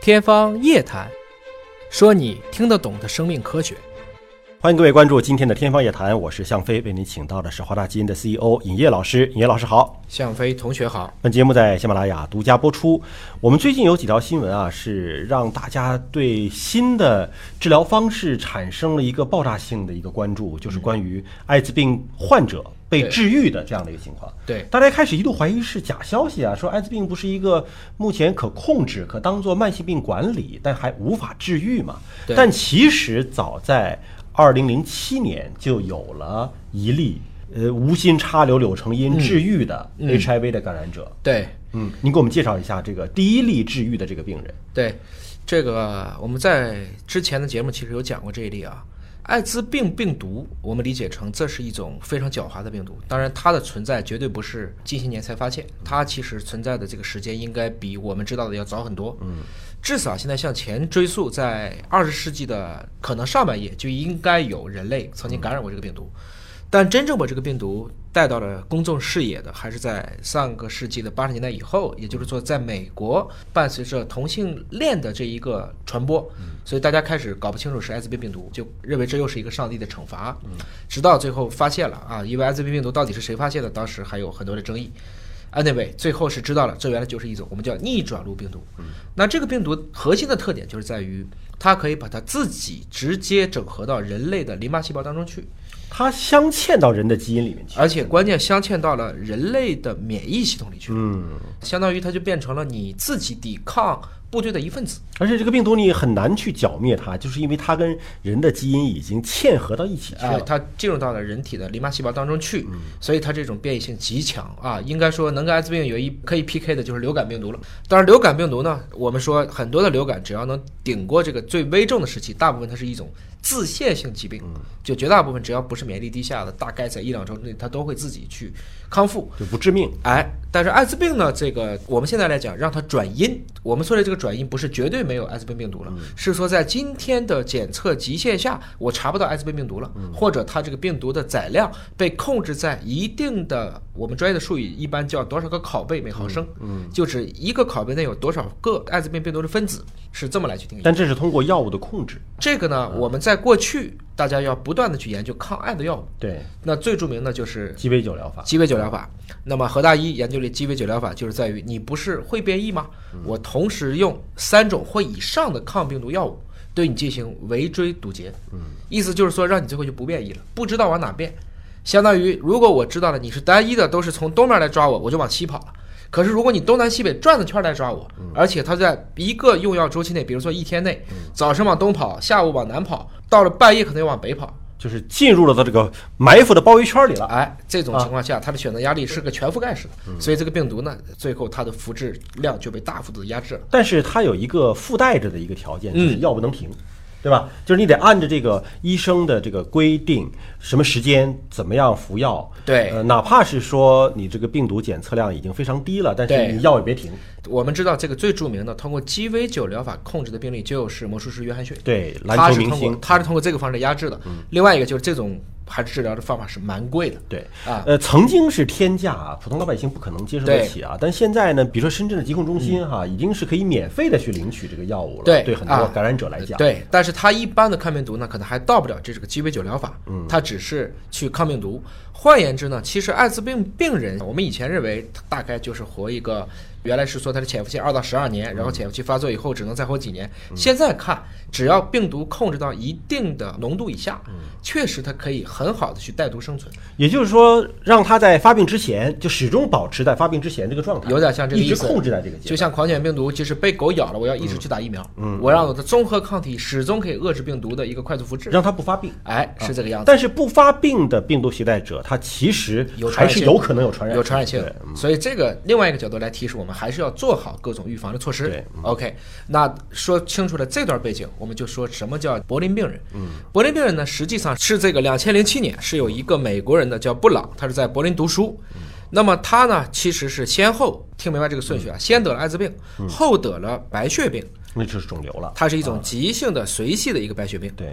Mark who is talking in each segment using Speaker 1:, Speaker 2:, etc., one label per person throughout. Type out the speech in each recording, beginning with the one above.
Speaker 1: 天方夜谭，说你听得懂的生命科学。
Speaker 2: 欢迎各位关注今天的《天方夜谭》，我是向飞，为您请到的是华大基因的 CEO 尹烨老师。尹烨老师好，
Speaker 1: 向飞同学好，
Speaker 2: 本节目在喜马拉雅独家播出。我们最近有几条新闻啊，是让大家对新的治疗方式产生了一个爆炸性的一个关注，就是关于艾滋病患者被
Speaker 1: 对
Speaker 2: 治愈的这样的一个情况。
Speaker 1: 对
Speaker 2: 大家一开始一度怀疑是假消息啊，说艾滋病不是一个目前可控制、可当做慢性病管理，但还无法治愈嘛
Speaker 1: 对？
Speaker 2: 但其实早在二零零七年就有了一例，呃，无心插柳柳成荫治愈的 HIV 的感染者。
Speaker 1: 对
Speaker 2: 嗯，您给我们介绍一下这个第一例治愈的这个病人。
Speaker 1: 对，这个我们在之前的节目其实有讲过这一例啊。艾滋病病毒，我们理解成这是一种非常狡猾的病毒。当然，它的存在绝对不是近些年才发现，它其实存在的这个时间应该比我们知道的要早很多。嗯，至少现在向前追溯，在二十世纪的可能上半叶就应该有人类曾经感染过这个病毒。但真正把这个病毒带到了公众视野的，还是在上个世纪的八十年代以后，也就是说，在美国伴随着同性恋的这一个传播，所以大家开始搞不清楚是艾滋病病毒，就认为这又是一个上帝的惩罚，直到最后发现了啊，因为艾滋病病毒到底是谁发现的，当时还有很多的争议。Anyway，最后是知道了，这原来就是一种我们叫逆转录病毒。那这个病毒核心的特点就是在于，它可以把它自己直接整合到人类的淋巴细胞当中去。
Speaker 2: 它镶嵌到人的基因里面去。
Speaker 1: 而且关键镶嵌到了人类的免疫系统里去，
Speaker 2: 嗯，
Speaker 1: 相当于它就变成了你自己抵抗部队的一份子。
Speaker 2: 而且这个病毒你很难去剿灭它，就是因为它跟人的基因已经嵌合到一起去
Speaker 1: 啊，
Speaker 2: 了。
Speaker 1: 它进入到了人体的淋巴细胞当中去，所以它这种变异性极强啊。应该说，能跟艾滋病有一可以 PK 的就是流感病毒了。当然，流感病毒呢，我们说很多的流感只要能顶过这个最危重的时期，大部分它是一种自限性疾病，就绝大部分只要不是免疫力低下的，大概在一两周之内它都会自己去康复。
Speaker 2: 就不致命，
Speaker 1: 哎，但是艾滋病呢，这个我们现在来讲，让它转阴。我们说的这个转阴，不是绝对没有艾滋病病毒了，是说在今天的检测极限下，我查不到艾滋病病毒了，或者它这个病毒的载量被控制在一定的，我们专业的术语一般叫多少个拷贝每毫升，嗯，就指一个拷贝内有多少个艾滋病病毒的分子，是这么来去定义。
Speaker 2: 但这是通过药物的控制。
Speaker 1: 这个呢，我们在过去大家要不断的去研究抗艾的药物，
Speaker 2: 对，
Speaker 1: 那最著名的就是
Speaker 2: 鸡尾酒疗法。
Speaker 1: 鸡尾酒疗法。那么何大一研究了鸡尾酒疗法，就是在于你不是会变异吗？我同时用三种或以上的抗病毒药物对你进行围追堵截，意思就是说让你最后就不变异了，不知道往哪变。相当于如果我知道了你是单一的，都是从东面来抓我，我就往西跑了。可是如果你东南西北转着圈儿来抓我，而且它在一个用药周期内，比如说一天内，早上往东跑，下午往南跑，到了半夜可能又往北跑，
Speaker 2: 就是进入了它这个埋伏的包围圈里了。
Speaker 1: 哎，这
Speaker 2: 啊
Speaker 1: 种情况下，它的选择压力是个全覆盖式的，
Speaker 2: 嗯
Speaker 1: 所以这个病毒呢，最后它的复制量就被大幅度地压制了。
Speaker 2: 但是它有一个附带着的一个条件，就是
Speaker 1: 嗯
Speaker 2: 药不能停，对吧？就是你得按着这个医生的这个规定，什么时间怎么样服药。
Speaker 1: 对
Speaker 2: 呃，哪怕是说你这个病毒检测量已经非常低了，但
Speaker 1: 对
Speaker 2: 是你药也别停。
Speaker 1: 我们知道这个最著名的通过鸡尾酒疗法控制的病例就是魔术师约翰逊，
Speaker 2: 对，
Speaker 1: 他
Speaker 2: 篮球
Speaker 1: 是
Speaker 2: 明
Speaker 1: 通过
Speaker 2: 星。嗯
Speaker 1: 他是通过这个方式来压制的。另外一个就是这种还是治疗的方法是蛮贵的，
Speaker 2: 对
Speaker 1: 啊
Speaker 2: 呃，曾经是天价啊，普通老百姓不可能接受得起啊。但现在呢，比如说深圳的疾控中心哈、已经是可以免费的去领取这个药物了。
Speaker 1: 嗯对
Speaker 2: 很多
Speaker 1: 啊
Speaker 2: 感染者来讲，
Speaker 1: 对，但是它一般的抗病毒呢，可能还到不了这是个鸡尾酒疗法，嗯，它只是去抗病毒。换言之呢，其实艾滋病病人，我们以前认为他大概就是活一个，原来是说它的潜伏期二到十二年，
Speaker 2: 嗯
Speaker 1: 然后潜伏期发作以后只能再活几年。现在看，只要病毒控制到一定的浓度以下，
Speaker 2: 嗯
Speaker 1: 确实它可以很好的去带毒生存，
Speaker 2: 也就是说，让他在发病之前就始终保持在发病之前这个状态，
Speaker 1: 有点像这个
Speaker 2: 一
Speaker 1: 意
Speaker 2: 直
Speaker 1: 思。
Speaker 2: 控制在这个阶
Speaker 1: 就
Speaker 2: 段。
Speaker 1: 像狂犬病毒，即使被狗咬了，我要
Speaker 2: 嗯
Speaker 1: 一直去打疫苗，我让我的综合抗体始终可以遏制病毒的一个快速复制。
Speaker 2: 让他不发病，
Speaker 1: 哎，是这个样子。
Speaker 2: 但是不发病的病毒携带者，他其实
Speaker 1: 有传
Speaker 2: 还
Speaker 1: 染性
Speaker 2: 是有可能有传染，
Speaker 1: 有传染性
Speaker 2: 对。嗯
Speaker 1: 所以这个另外一个角度来提示我们，还是要做好各种预防的措施。
Speaker 2: 对嗯
Speaker 1: OK，那说清楚了这段背景，我们就说什么叫柏林病人。嗯，柏林病人呢，实际上是这个两千零七年是有一个美国人的叫布朗，他是在柏林读书。
Speaker 2: 嗯
Speaker 1: 那么他呢，其实是先后听明白这个顺序啊，
Speaker 2: 嗯
Speaker 1: 先得了艾滋病，后得了白血病，
Speaker 2: 那就是肿瘤了。
Speaker 1: 它是一种急性的、随系的一个白血病。
Speaker 2: 啊对，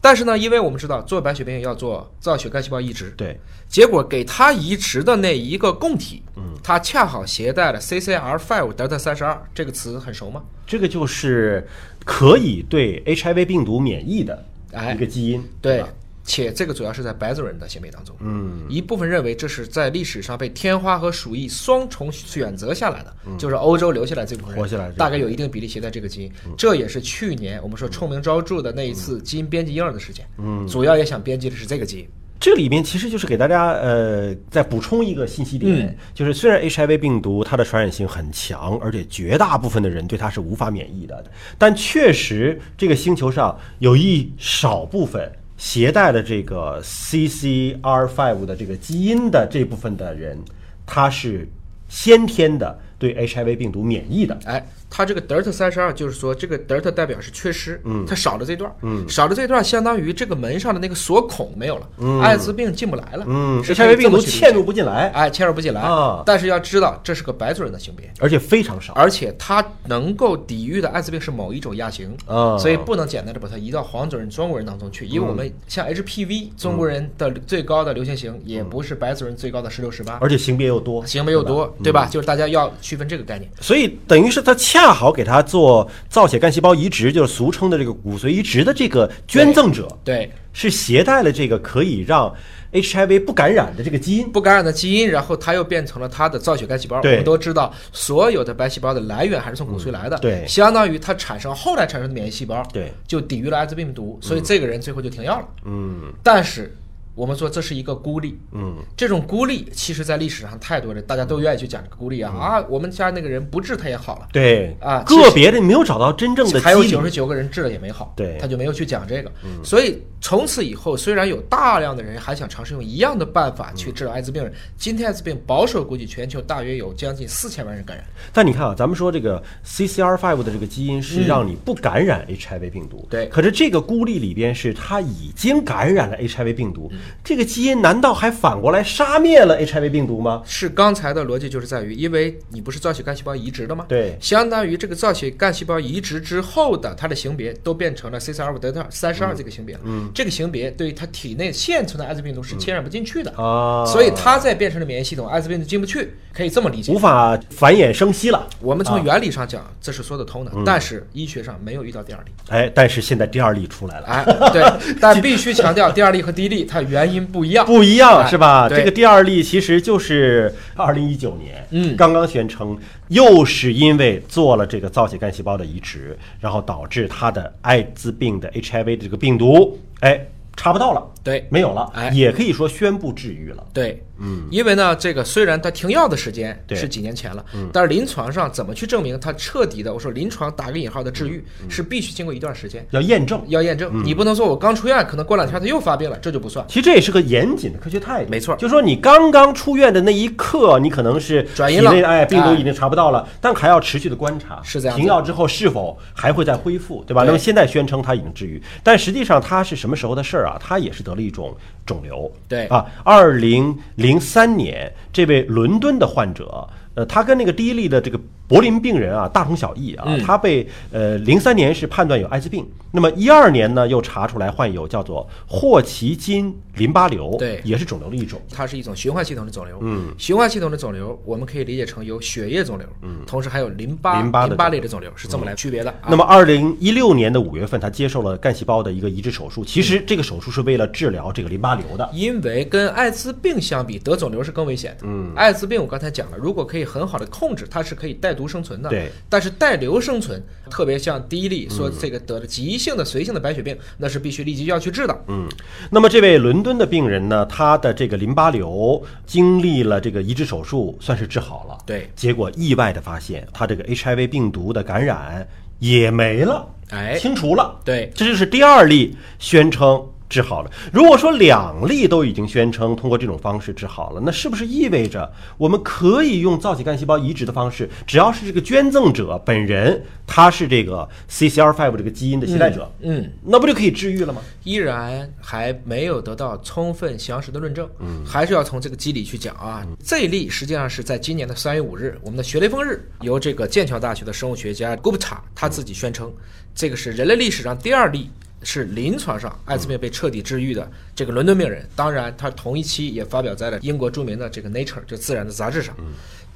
Speaker 1: 但是呢，因为我们知道做白血病要做造血干细胞移植，
Speaker 2: 对，
Speaker 1: 结果给它移植的那一个供体，
Speaker 2: 嗯
Speaker 1: 它恰好携带了 CCR5 delta 三十二这个词很熟吗？
Speaker 2: 这个就是可以对 HIV 病毒免疫的
Speaker 1: 哎
Speaker 2: 一个基因，
Speaker 1: 对
Speaker 2: 吧，
Speaker 1: 且这个主要是在白种人的血液当中，
Speaker 2: 嗯，
Speaker 1: 一部分认为这是在历史上被天花和鼠疫双重选择下来的，就是欧洲留下来这部分人
Speaker 2: 嗯活下来这部分嗯
Speaker 1: 大概有一定比例携带这个基因，这也是去年我们说臭名昭著的那一次基因编辑婴儿的事件，嗯，主要也想编辑的是这个基因，
Speaker 2: 这里面其实就是给大家呃再补充一个信息点，
Speaker 1: 嗯
Speaker 2: 就是虽然 HIV 病毒它的传染性很强，而且绝大部分的人对它是无法免疫的，但确实这个星球上有一少部分携带了这个 CCR5 的这个基因的这部分的人，他是先天的对 HIV 病毒免疫的。
Speaker 1: 哎，它这个 delta 三十二就是说这个 delta 代表是缺失，嗯，它少了这段，嗯，少了这段相当于这个门上的那个锁孔没有了，嗯，艾滋病进不来了，
Speaker 2: 嗯
Speaker 1: 是可
Speaker 2: ，HIV
Speaker 1: 以这
Speaker 2: 病
Speaker 1: 么
Speaker 2: 毒
Speaker 1: 去理解
Speaker 2: 嵌入不进来，
Speaker 1: 哎，嵌入不进来
Speaker 2: 啊
Speaker 1: 但是要知道，这是个白种人的性别，
Speaker 2: 而且非常少。
Speaker 1: 而且它能够抵御的艾滋病是某一种亚型，
Speaker 2: 啊嗯
Speaker 1: 所以不能简单的把它移到黄种人、中国人当中去，因为我们像 HPV，、中国人的最高的流行型也不是白种人最高的十六、十八，
Speaker 2: 嗯而且嗯型别又多，
Speaker 1: 型别又多，对吧？就是大家要区分这个概念。
Speaker 2: 所以等于是他恰好给他做造血干细胞移植，就是俗称的这个骨髓移植的这个捐赠者，
Speaker 1: 对，
Speaker 2: 是携带了这个可以让 HIV 不感染的这个基因。
Speaker 1: 不感染的基因，然后它又变成了它的造血干细胞。
Speaker 2: 对
Speaker 1: 我们都知道，所有的白细胞的来源还是从骨髓来的。
Speaker 2: 嗯对
Speaker 1: 相当于它产生后来产生的免疫细胞，
Speaker 2: 对，
Speaker 1: 就抵御了艾滋病毒，所以这个人最后就停药了。嗯，但是我们说这是一个孤立，
Speaker 2: 嗯，
Speaker 1: 这种孤立其实在历史上太多人，大家都愿意去讲这个孤立啊、
Speaker 2: 嗯
Speaker 1: 啊，我们家那个人不治他也好了。
Speaker 2: 对
Speaker 1: 啊其实
Speaker 2: 个别的没有找到真正的
Speaker 1: 还有
Speaker 2: 基
Speaker 1: 九
Speaker 2: 因
Speaker 1: 十。九个人治了也没好，
Speaker 2: 对嗯
Speaker 1: 他就没有去讲这个。所以从此以后，虽然有大量的人还想尝试用一样的办法
Speaker 2: 嗯
Speaker 1: 去治疗艾滋病人，今天艾滋病保守估计全球大约有将近四千万人感染。
Speaker 2: 但你看啊，咱们说这个 CCR5 的这个基因是让你不感染 HIV 病毒，
Speaker 1: 嗯对
Speaker 2: 可是这个孤立里边是它已经感染了 HIV 病毒，
Speaker 1: 嗯
Speaker 2: 这个基因难道还反过来杀灭了 HIV 病毒吗？
Speaker 1: 是刚才的逻辑就是在于，因为你不是造血干细胞移植的吗？
Speaker 2: 对
Speaker 1: 相当于这个造血干细胞移植之后的它的型别都变成了 CCR5 德特三十二这个型别了。嗯，这个型别对于它体内现存的艾滋病毒是侵染不进去的
Speaker 2: 嗯啊
Speaker 1: 所以它再变成了免疫系统，艾滋病就进不去，可以这么理解
Speaker 2: 无。法繁衍生息了。
Speaker 1: 我们从原理上讲，这是说得通的，但是医学上没有遇到第二例。
Speaker 2: 哎，但是现在第二例出来了。
Speaker 1: 哎，对，但必须强调，第二例和第一例它原因不一样。
Speaker 2: 不一样
Speaker 1: 哎
Speaker 2: 是吧？
Speaker 1: 对
Speaker 2: 这个第二例其实就是二零一九年，
Speaker 1: 嗯
Speaker 2: 刚刚宣称又是因为做了这个造血干细胞的移植，然后导致他的艾滋病的 HIV 的这个病毒，哎，查不到了，
Speaker 1: 对
Speaker 2: 没有了，
Speaker 1: 哎
Speaker 2: 也可以说宣布治愈了。
Speaker 1: 对，嗯，因为呢，这个虽然它停药的时间
Speaker 2: 对
Speaker 1: 是几年前了，但是临床上怎么去证明它彻底的？我说临床打个引号的治愈是必须经过一段时间
Speaker 2: 要验证，
Speaker 1: 要验证，你不能说我刚出院，可能过两天它又发病了，这就不算。
Speaker 2: 其实这也是个严谨的科学态度，
Speaker 1: 没错
Speaker 2: 就说你刚刚出院的那一刻，你可能是
Speaker 1: 转移
Speaker 2: 体
Speaker 1: 了
Speaker 2: 内哎，病毒
Speaker 1: 哎
Speaker 2: 已经查不到了，但还要持续的观察，
Speaker 1: 是这样子
Speaker 2: 停药之后是否还会再恢复，对吧？
Speaker 1: 对
Speaker 2: 那么现在宣称它已经治愈，但实际上它是什么时候的事儿啊？它也是得了一种肿瘤，
Speaker 1: 对
Speaker 2: 啊，二零零三年，这位伦敦的患者，呃，他跟那个第一例的这个柏林病人啊，大同小异啊。
Speaker 1: 嗯
Speaker 2: 他被呃零三年是判断有艾滋病，那么一二年呢又查出来患有叫做霍奇金淋巴瘤，
Speaker 1: 对
Speaker 2: 也是肿瘤的一种。
Speaker 1: 它是一种循环系统的肿瘤，嗯，循环系统的肿瘤我们可以理解成有血液肿瘤，嗯，同时还有淋巴
Speaker 2: 淋巴的
Speaker 1: 类的肿瘤，是这么来区别的。啊。
Speaker 2: 那么，二零一六年的五月份，他接受了干细胞的一个移植手术。其
Speaker 1: 嗯
Speaker 2: 实这个手术是为了治疗这个淋巴瘤的。
Speaker 1: 因为跟艾滋病相比，得肿瘤是更危险的。嗯，艾滋病我刚才讲了，如果可以很好的控制，它是可以带毒生存的。
Speaker 2: 对，
Speaker 1: 但是带瘤生存，特别像第一例说这个得了急性的随性的白血病，那是必须立即要去治的。嗯，
Speaker 2: 那么这位伦敦的病人呢，他的这个淋巴瘤经历了这个移植手术，算是治好了。
Speaker 1: 对
Speaker 2: 结果意外的发现，他这个 HIV 病毒的感染也没了，
Speaker 1: 哎
Speaker 2: 清除了。
Speaker 1: 对，
Speaker 2: 这就是第二例宣称治好了。如果说两例都已经宣称通过这种方式治好了，那是不是意味着我们可以用造血干细胞移植的方式，只要是这个捐赠者本人他是这个 CCR5 这个基因的携带者，
Speaker 1: 嗯，
Speaker 2: 那不就可以治愈了吗？
Speaker 1: 依然还没有得到充分详实的论证。嗯，还是要从这个机理去讲啊。这一例实际上是在今年的三月五日，我们的学雷锋日，由这个剑桥大学的生物学家古普查他自己宣称，这个是人类历史上第二例是临床上艾滋病被彻底治愈的这个伦敦病人。当然，他同一期也发表在了英国著名的这个《Nature》就《自然》的杂志上。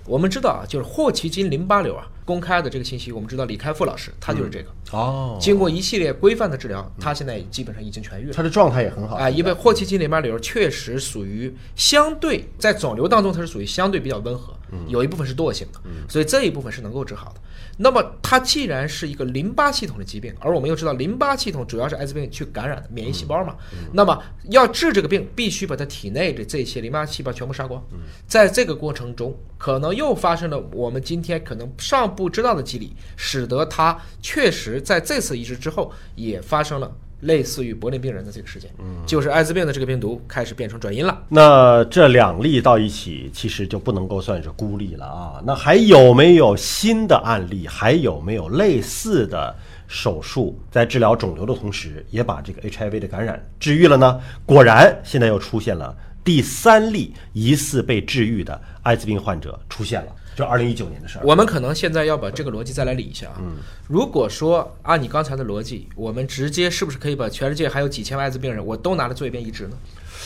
Speaker 1: 我们知道啊，就是霍奇金淋巴瘤啊，公开的这个信息，我们知道李开复老师他就是这个，
Speaker 2: 哦，
Speaker 1: 经过一系列规范的治疗，他现在基本上已经痊愈了。
Speaker 2: 他的状态也很好
Speaker 1: 啊，因为霍奇金淋巴瘤确实属于相对在肿瘤当中，它是属于相对比较温和，
Speaker 2: 嗯
Speaker 1: 有一部分是惰性的，所以这一部分是能够治好的。那么它既然是一个淋巴系统的疾病，而我们又知道淋巴系统主要是艾滋病去感染的免疫细胞嘛，
Speaker 2: 嗯
Speaker 1: 那么要治这个病，必须把它体内的这些淋巴细胞全部杀
Speaker 2: 嗯
Speaker 1: 光。在这个过程中，可能又发生了我们今天可能尚不知道的机理，使得它确实在这次移植之后也发生了。类似于柏林病人的这个事件，
Speaker 2: 嗯
Speaker 1: 就是艾滋病的这个病毒开始变成转阴了。
Speaker 2: 那这两例到一起，其实就不能够算是孤例了啊。那还有没有新的案例？还有没有类似的手术在治疗肿瘤的同时，也把这个 HIV 的感染治愈了呢？果然，现在又出现了第三例疑似被治愈的艾滋病患者出现了，这二零一九年的事儿。
Speaker 1: 我们可能现在要把这个逻辑再来理一下啊。
Speaker 2: 嗯
Speaker 1: 如果说按你刚才的逻辑，我们直接是不是可以把全世界还有几千万艾滋病人，我都拿来做一遍移植呢？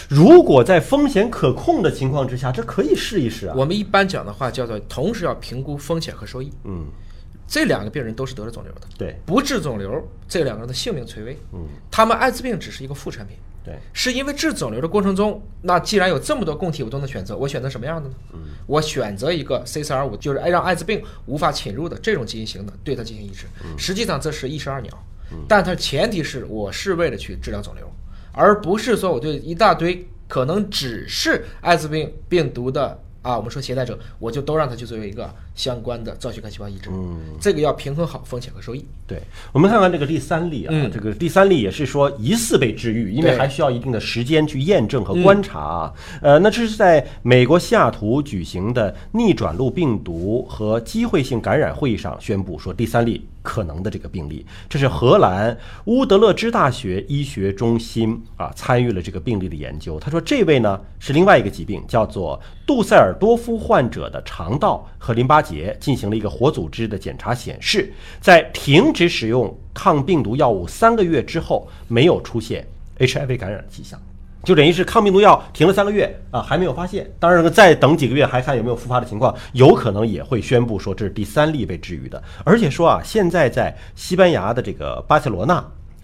Speaker 2: 如果在风险可控的情况之下，这可以试一试啊。
Speaker 1: 我们一般讲的话叫做同时要评估风险和收益。
Speaker 2: 嗯，
Speaker 1: 这两个病人都是得了肿瘤的，
Speaker 2: 对
Speaker 1: 不治肿瘤，这两个人的性命垂危。嗯，他们艾滋病只是一个副产品。
Speaker 2: 对，
Speaker 1: 是因为治肿瘤的过程中，那既然有这么多供体，我都能选择，我选择什么样的呢？我选择一个 CCR5，就是让艾滋病无法侵入的这种基因型的，对它进行移植。实际上这是一石二鸟，但它前提是我是为了去治疗肿瘤，而不是说我对一大堆可能只是艾滋病病毒的。啊，我们说携带者，我就都让他去作为一个相关的造血干细胞移植，这个要平衡好风险和收益。
Speaker 2: 对，我们看看这个第三例啊，这个第三例也是说疑似被治愈，因为
Speaker 1: 对
Speaker 2: 还需要一定的时间去验证和观察啊。呃，那这是在美国西雅图举行的逆转录病毒和机会性感染会议上宣布说，第三例可能的这个病例，这是荷兰乌德勒支大学医学中心啊参与了这个病例的研究。他说，这位呢是另外一个疾病，叫做杜塞尔多夫患者的肠道和淋巴结进行了一个活组织的检查，显示在停止使用抗病毒药物三个月之后，没有出现 HIV 感染的迹象。就等于是抗病毒药停了三个月啊，还没有发现。当然，再等几个月还看有没有复发的情况，有可能也会宣布说这是第三例被治愈的。而且说啊，现在在西班牙的这个巴塞罗那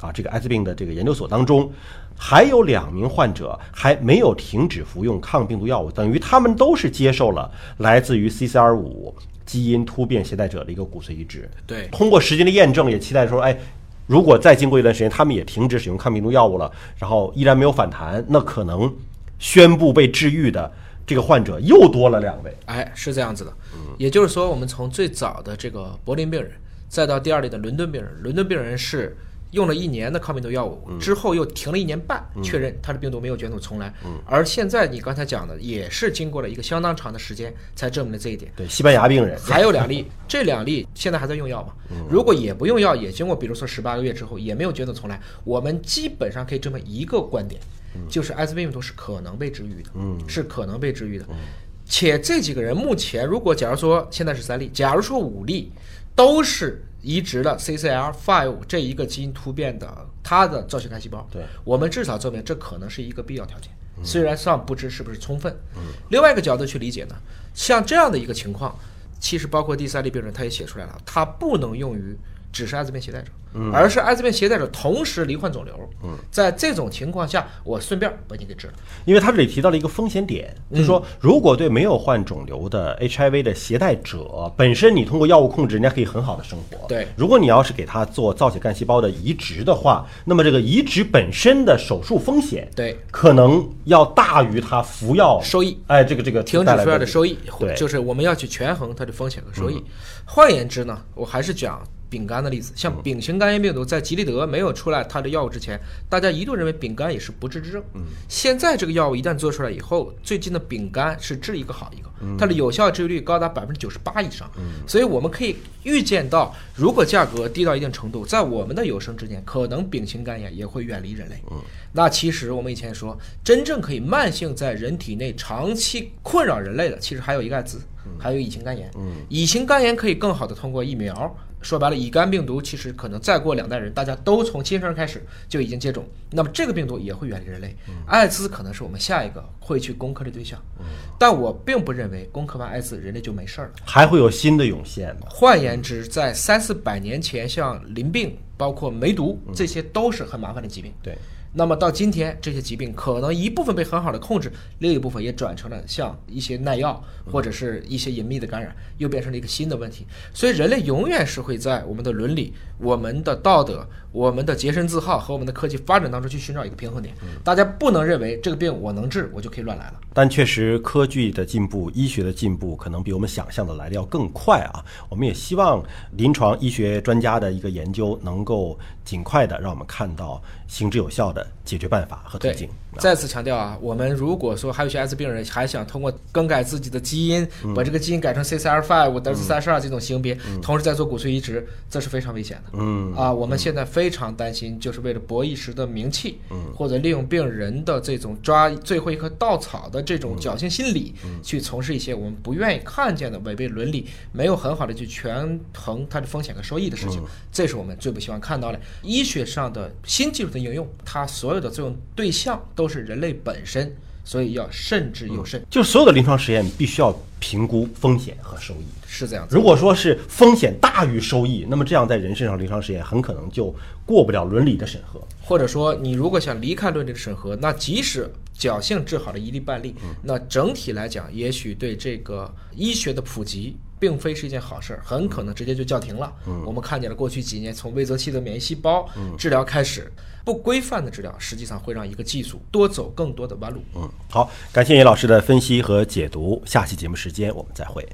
Speaker 2: 啊，这个艾滋病的这个研究所当中，还有两名患者还没有停止服用抗病毒药物，等于他们都是接受了来自于 CCR5 基因突变携带者的一个骨髓移植。
Speaker 1: 对，
Speaker 2: 通过时间的验证，也期待说，哎，如果再经过一段时间，他们也停止使用抗病毒药物了，然后依然没有反弹，那可能宣布被治愈的这个患者又多了两位。
Speaker 1: 哎，是这样子的，也就是说，我们从最早的这个柏林病人，再到第二类的伦敦病人，伦敦病人是用了一年的抗病毒药物，之后又停了一年半，确认他的病毒没有卷土重来。而现在你刚才讲的，也是经过了一个相当长的时间才证明了这一点。
Speaker 2: 对，西班牙病人，
Speaker 1: 还有两例，这两例现在还在用药嘛？如果也不用药，也经过比如说十八个月之后，也没有觉得重来，我们基本上可以证明一个观点，就是艾滋病病毒是可能被治愈的，是可能被治愈的。且这几个人目前，如果假如说现在是三例，假如说五例都是移植了 CCR5 这一个基因突变的它的造血干细胞，
Speaker 2: 对
Speaker 1: 我们至少证明这可能是一个必要条件，虽然尚不知是不是充分。另外一个角度去理解呢，像这样的一个情况，其实包括第三类病人，他也写出来了，它不能用于只是艾滋病携带者，而是艾滋病携带者同时罹患肿瘤。在这种情况下，我顺便把你给治了。
Speaker 2: 因为他这里提到了一个风险点，
Speaker 1: 嗯
Speaker 2: 就是说，如果对没有患肿瘤的 HIV 的携带者本身，你通过药物控制，人家可以很好的生活。
Speaker 1: 对
Speaker 2: 如果你要是给他做造血干细胞的移植的话，那么这个移植本身的手术风险，
Speaker 1: 对，
Speaker 2: 可能要大于他服药
Speaker 1: 收益。
Speaker 2: 哎，这个这个
Speaker 1: 停止
Speaker 2: 带来
Speaker 1: 服药的收益，
Speaker 2: 对嗯
Speaker 1: 就是我们要去权衡它的风险和收益。换言之呢，我还是讲丙肝的例子，
Speaker 2: 嗯
Speaker 1: 像丙型肝炎病毒在吉利德没有出来它的药物之前，大家一度认为丙肝也是不治之症。
Speaker 2: 嗯
Speaker 1: 现在这个药物一旦做出来以后，最近的丙肝是治一个好一个，
Speaker 2: 嗯
Speaker 1: 它的有效治愈率高达百分之九十八以上。所以我们可以预见到，如果价格低到一定程度，在我们的有生之年，可能丙型肝炎也会远离人类。那其实我们以前也说，真正可以慢性在人体内长期困扰人类的，其实还有一个艾滋。还有乙型肝炎。
Speaker 2: 嗯，
Speaker 1: 乙型肝炎可以更好的通过疫苗。说白了，乙肝病毒其实可能再过两代人，大家都从新生开始就已经接种，那么这个病毒也会远离人类。艾滋可能是我们下一个会去攻克的对象，但我并不认为攻克完艾滋人类就没事儿了。
Speaker 2: 还会有新的涌现吗？
Speaker 1: 换言之，在三四百年前，像淋病、包括梅毒，这些都是很麻烦的疾病。
Speaker 2: 对，
Speaker 1: 那么到今天，这些疾病可能一部分被很好的控制，另一部分也转成了像一些耐药或者是一些隐秘的感染，又变成了一个新的问题。所以，人类永远是会在我们的伦理、我们的道德、我们的洁身自好和我们的科技发展当中去寻找一个平衡点。大家不能认为这个病我能治，我就可以乱来了。
Speaker 2: 但确实，科技的进步、医学的进步，可能比我们想象的来的要更快啊！我们也希望临床医学专家的一个研究，能够尽快的让我们看到行之有效的解决办法和途
Speaker 1: 对
Speaker 2: 径。，
Speaker 1: 再次强调啊，我们如果说还有一些艾滋病人还想通过更改自己的基因，
Speaker 2: 嗯
Speaker 1: 把这个基因改成 CCR5、德尔兹三十二这种型别，同时再做骨髓移植，这是非常危险的。
Speaker 2: 嗯，
Speaker 1: 啊，我们现在非常担心，就是为了博一时的名气，
Speaker 2: 嗯
Speaker 1: 或者利用病人的这种抓最后一棵稻草的这种侥幸心理，去从事一些我们不愿意看见的违背伦理、没有很好的去权衡它的风险和收益的事情，这是我们最不希望看到的。医学上的新技术的应用，它所有的作用对象都是人类本身，所以要慎之又慎，
Speaker 2: 就是所有的临床实验必须要评估风险和收益。
Speaker 1: 是这样子。
Speaker 2: 如果说是风险大于收益，那么这样在人身上临床实验很可能就过不了伦理的审核。
Speaker 1: 或者说你如果想离开伦理的审核，那即使侥幸治好了一例半例，那整体来讲，也许对这个医学的普及。并非是一件好事儿，很可能直接就叫停了。我们看见了过去几年从魏则西的免疫细胞治疗开始，不规范的治疗实际上会让一个技术多走更多的弯路。
Speaker 2: 嗯，好，感谢叶老师的分析和解读，下期节目时间我们再会。